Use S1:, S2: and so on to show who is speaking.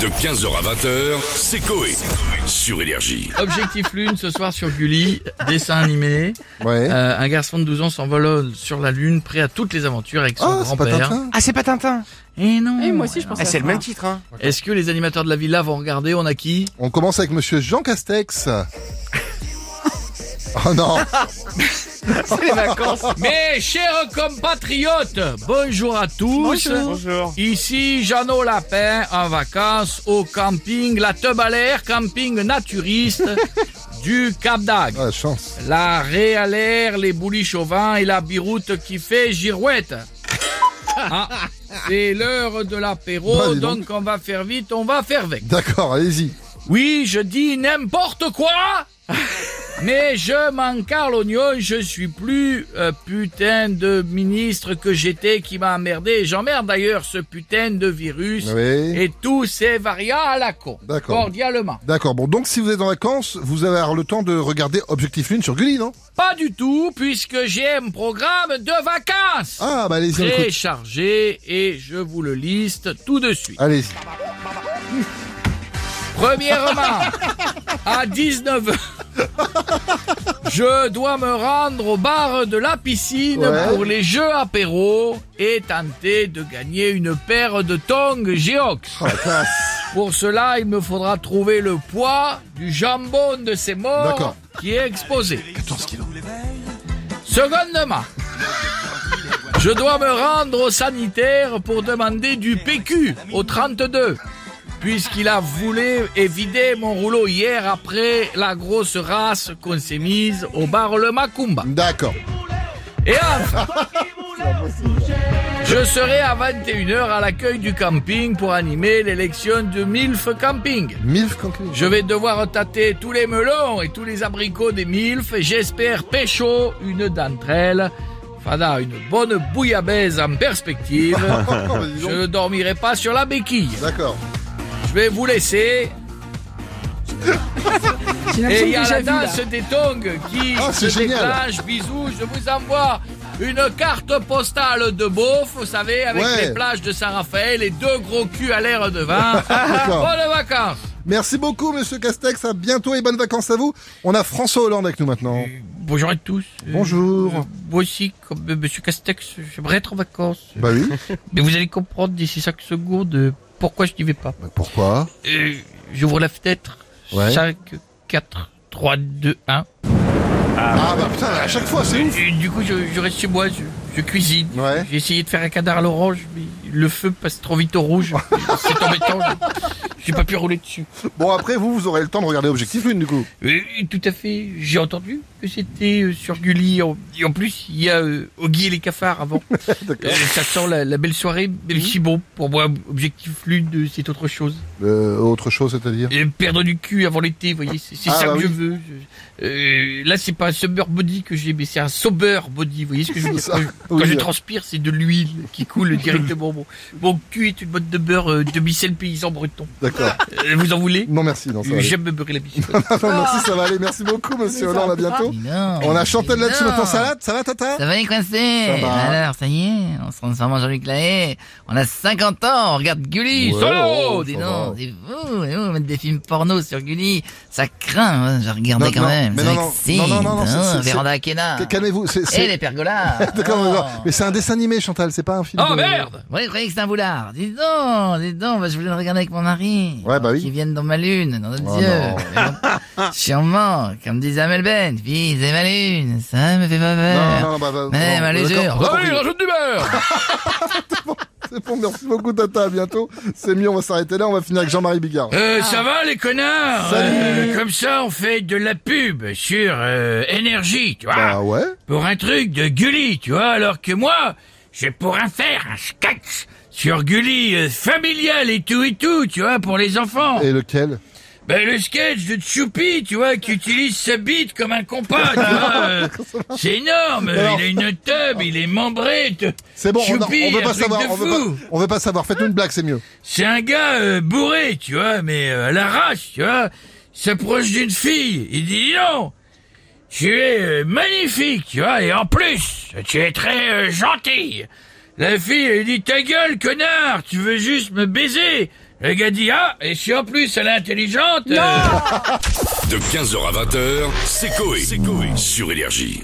S1: De 15h à 20h, c'est Coé. Sur Énergie.
S2: Objectif Lune ce soir sur Gulli, dessin animé.
S3: Ouais.
S2: Euh, un garçon de 12 ans s'envole sur la Lune, prêt à toutes les aventures avec son
S3: Ah, c'est pas
S2: grand-père.
S3: Tintin
S4: Ah, c'est pas Tintin
S2: Et non.
S5: Et moi aussi, je pensais.
S4: Eh,
S5: à
S4: C'est le
S5: ça.
S4: même titre, hein
S2: Est-ce que les animateurs de la villa vont regarder On a qui
S3: On commence avec monsieur Jean Castex. Oh non
S4: C'est les vacances
S2: Mes chers compatriotes, bonjour à tous.
S4: Bonjour
S2: Ici Jeannot Lapin en vacances au camping La Tebalaire, camping naturiste du Cap d'Agde.
S3: Ah, la chance.
S2: La Réalaire, les boulis chauvins et la biroute qui fait girouette. Ah, c'est l'heure de l'apéro,
S3: Bah, dis donc.
S2: donc on va faire vite, on va faire avec.
S3: D'accord, allez-y.
S2: Oui, je dis n'importe quoi Mais je m'en carre l'oignon, je suis plus euh, putain de ministre que j'étais qui m'a emmerdé. J'emmerde d'ailleurs ce putain de virus
S3: Ah Oui.
S2: et tous ces variants à la con.
S3: D'accord.
S2: Cordialement.
S3: D'accord, bon, donc si vous êtes en vacances, vous allez avoir le temps de regarder Objectif Lune sur Gulli, non
S2: Pas du tout, puisque j'ai un programme de vacances
S3: Ah, bah allez-y, on
S2: Très
S3: écoute.
S2: chargé et je vous le liste tout de suite.
S3: Allez-y.
S2: Premièrement, à 19h, je dois me rendre au bar de la piscine
S3: Ouais.
S2: pour les jeux apéro et tenter de gagner une paire de tongs Geox.
S3: Oh, la classe.
S2: Pour cela, il me faudra trouver le poids du jambon de ces morts
S3: D'accord.
S2: qui est exposé.
S3: 14 kilos.
S2: Secondement, je dois me rendre au sanitaire pour demander du PQ au 32, puisqu'il a voulu évider mon rouleau hier après la grosse race qu'on s'est mise au bar Le Macumba.
S3: D'accord.
S2: Et enfin, je serai à 21h à l'accueil du camping pour animer l'élection de MILF Camping.
S3: Milf Cancun.
S2: Je vais devoir tâter tous les melons et tous les abricots des MILF et j'espère pécho une d'entre elles. Fada, une bonne bouillabaisse en perspective.
S3: Oh, bah, dis
S2: Je
S3: donc.
S2: ne dormirai pas sur la béquille.
S3: D'accord.
S2: Je vais vous laisser.
S5: J'ai
S2: Et
S5: l'impression
S2: il y
S5: que
S2: a
S5: j'ai
S2: la
S5: déjà vu, là.
S2: danse des tongs qui
S3: Ah,
S2: se
S3: c'est génial.
S2: déclenche. Bisous, je vous envoie une carte postale de beauf, vous savez, avec
S3: Ouais.
S2: les plages de Saint-Raphaël et deux gros culs à l'air devant.
S3: D'accord.
S2: Bonnes vacances
S3: Merci beaucoup, monsieur Castex. À bientôt et bonnes vacances à vous. On a François Hollande avec nous maintenant.
S2: Bonjour à tous. Euh,
S3: Bonjour.
S2: euh, moi aussi, comme euh, Monsieur Castex, j'aimerais être en vacances.
S3: Bah oui.
S2: Mais vous allez comprendre d'ici 5 secondes euh, pourquoi je n'y vais pas.
S3: Bah, pourquoi
S2: Euh, J'ouvre la fenêtre.
S3: Ouais.
S2: 5, 4, 3, 2, 1.
S3: Ah, bah putain, à chaque fois, c'est ouf.
S2: Et du coup, je, je reste chez moi, je, je cuisine.
S3: Ouais.
S2: J'ai essayé de faire un canard à l'orange, mais le feu passe trop vite au rouge. C'est embêtant. je- J'ai pas pu rouler dessus.
S3: Bon, après, vous, vous aurez le temps de regarder Objectif Lune, du coup.
S2: Euh, tout à fait. J'ai entendu que c'était euh, sur Gulli. En, et en plus, il y a euh, Oggy et les cafards avant. Euh, ça sent la, la belle soirée,
S3: Mhm.
S2: même si bon, pour moi, objectif lune, euh, c'est autre chose.
S3: Euh, autre chose, c'est-à-dire
S2: Et perdre du cul avant l'été, vous voyez, c'est c'est
S3: Ah,
S2: ça
S3: bah
S2: que je
S3: oui.
S2: veux. Je- euh, là, c'est pas un summer body que j'ai, mais c'est un sober body, vous voyez ce que je veux dire
S3: C'est
S2: Quand,
S3: ça,
S2: je, quand
S3: oui.
S2: je transpire, c'est de l'huile qui coule directement. Mon, mon cul est une botte de beurre euh, de Michel Paysan Breton.
S3: D'accord.
S2: Euh, vous en voulez
S3: Non, merci. Non, ça va aller.
S2: J'aime me beurrer la biche.
S3: Non, merci, ça va aller. Merci beaucoup, monsieur Hollande. À bientôt. On a Chantal là-dessus maintenant. Salade, ça va, Tata
S6: Ça va les coincés
S3: Ça va.
S6: Alors, ça y est, on se transforme en Jean-Luc Lahaye. On a 50 ans, on regarde Gulli,
S3: Ouais,
S6: solo
S3: oh,
S6: Dis
S3: ça va.
S6: donc, c'est fou, et vous, mettre des films porno sur Gulli, ça craint, hein, j'ai regardé
S3: Non,
S6: quand
S3: non,
S6: même.
S3: mais
S6: ça
S3: non, non,
S6: m'excite,
S3: non, non, non, non,
S6: hein,
S3: c'est- c'est-
S6: Véranda Akena.
S3: Calmez-vous. C'est,
S6: Et
S3: c'est...
S6: les pergolas
S3: D'accord,
S6: non.
S3: d'accord. mais c'est un dessin animé, Chantal. C'est pas un film.
S2: Oh
S3: de-
S2: merde
S6: Vous voyez, vous croyez que c'est un boulard Dis donc, dis donc, bah, je voulais le regarder avec mon mari.
S3: Ouais, bah oui.
S6: Qui viennent dans ma lune, dans notre
S3: Oh non.
S6: Dieu. Sûrement, comme disait Amel Ben, visez ma lune, ça me fait pas
S3: Non,
S6: peur.
S3: non, bah, bah,
S6: Mais
S3: non,
S6: ma
S3: d'accord.
S6: légère.
S2: Ah oui, rajoute du beurre
S3: C'est bon, merci beaucoup, Tata. À bientôt. C'est mieux, on va s'arrêter là. On va finir avec Jean-Marie Bigard.
S2: Euh, ça va les connards
S3: Salut.
S2: Euh, Comme ça on fait de la pub sur euh, énergie, tu vois
S3: Bah ouais.
S2: Pour un truc de Gulli, tu vois Alors que moi, j'ai pour un faire un sketch sur Gulli euh, familial et tout et tout, tu vois, pour les enfants
S3: Et lequel
S2: Ben le sketch de Tchoupi, tu vois, qui utilise sa bite comme un compas, tu vois euh, C'est énorme,
S3: Alors-
S2: il a une teub, il est membré te-
S3: C'est bon, on, a-
S2: Choupi,
S3: on veut
S2: un
S3: pas
S2: truc
S3: savoir.
S2: de
S3: On veut
S2: fou.
S3: pas, on veut pas savoir. Faites-nous une blague, c'est mieux.
S2: C'est un gars euh, bourré, tu vois, mais euh, à l'arrache, tu vois. Il S'approche d'une fille, il dit Dis non, tu es euh, magnifique, tu vois, et en plus, tu es très euh, gentille. La fille, elle dit ta gueule, connard, tu veux juste me baiser. Le gars dit ah, et si en plus elle est intelligente. euh,
S1: De 15h à 20h, c'est Coé. Sur Énergie.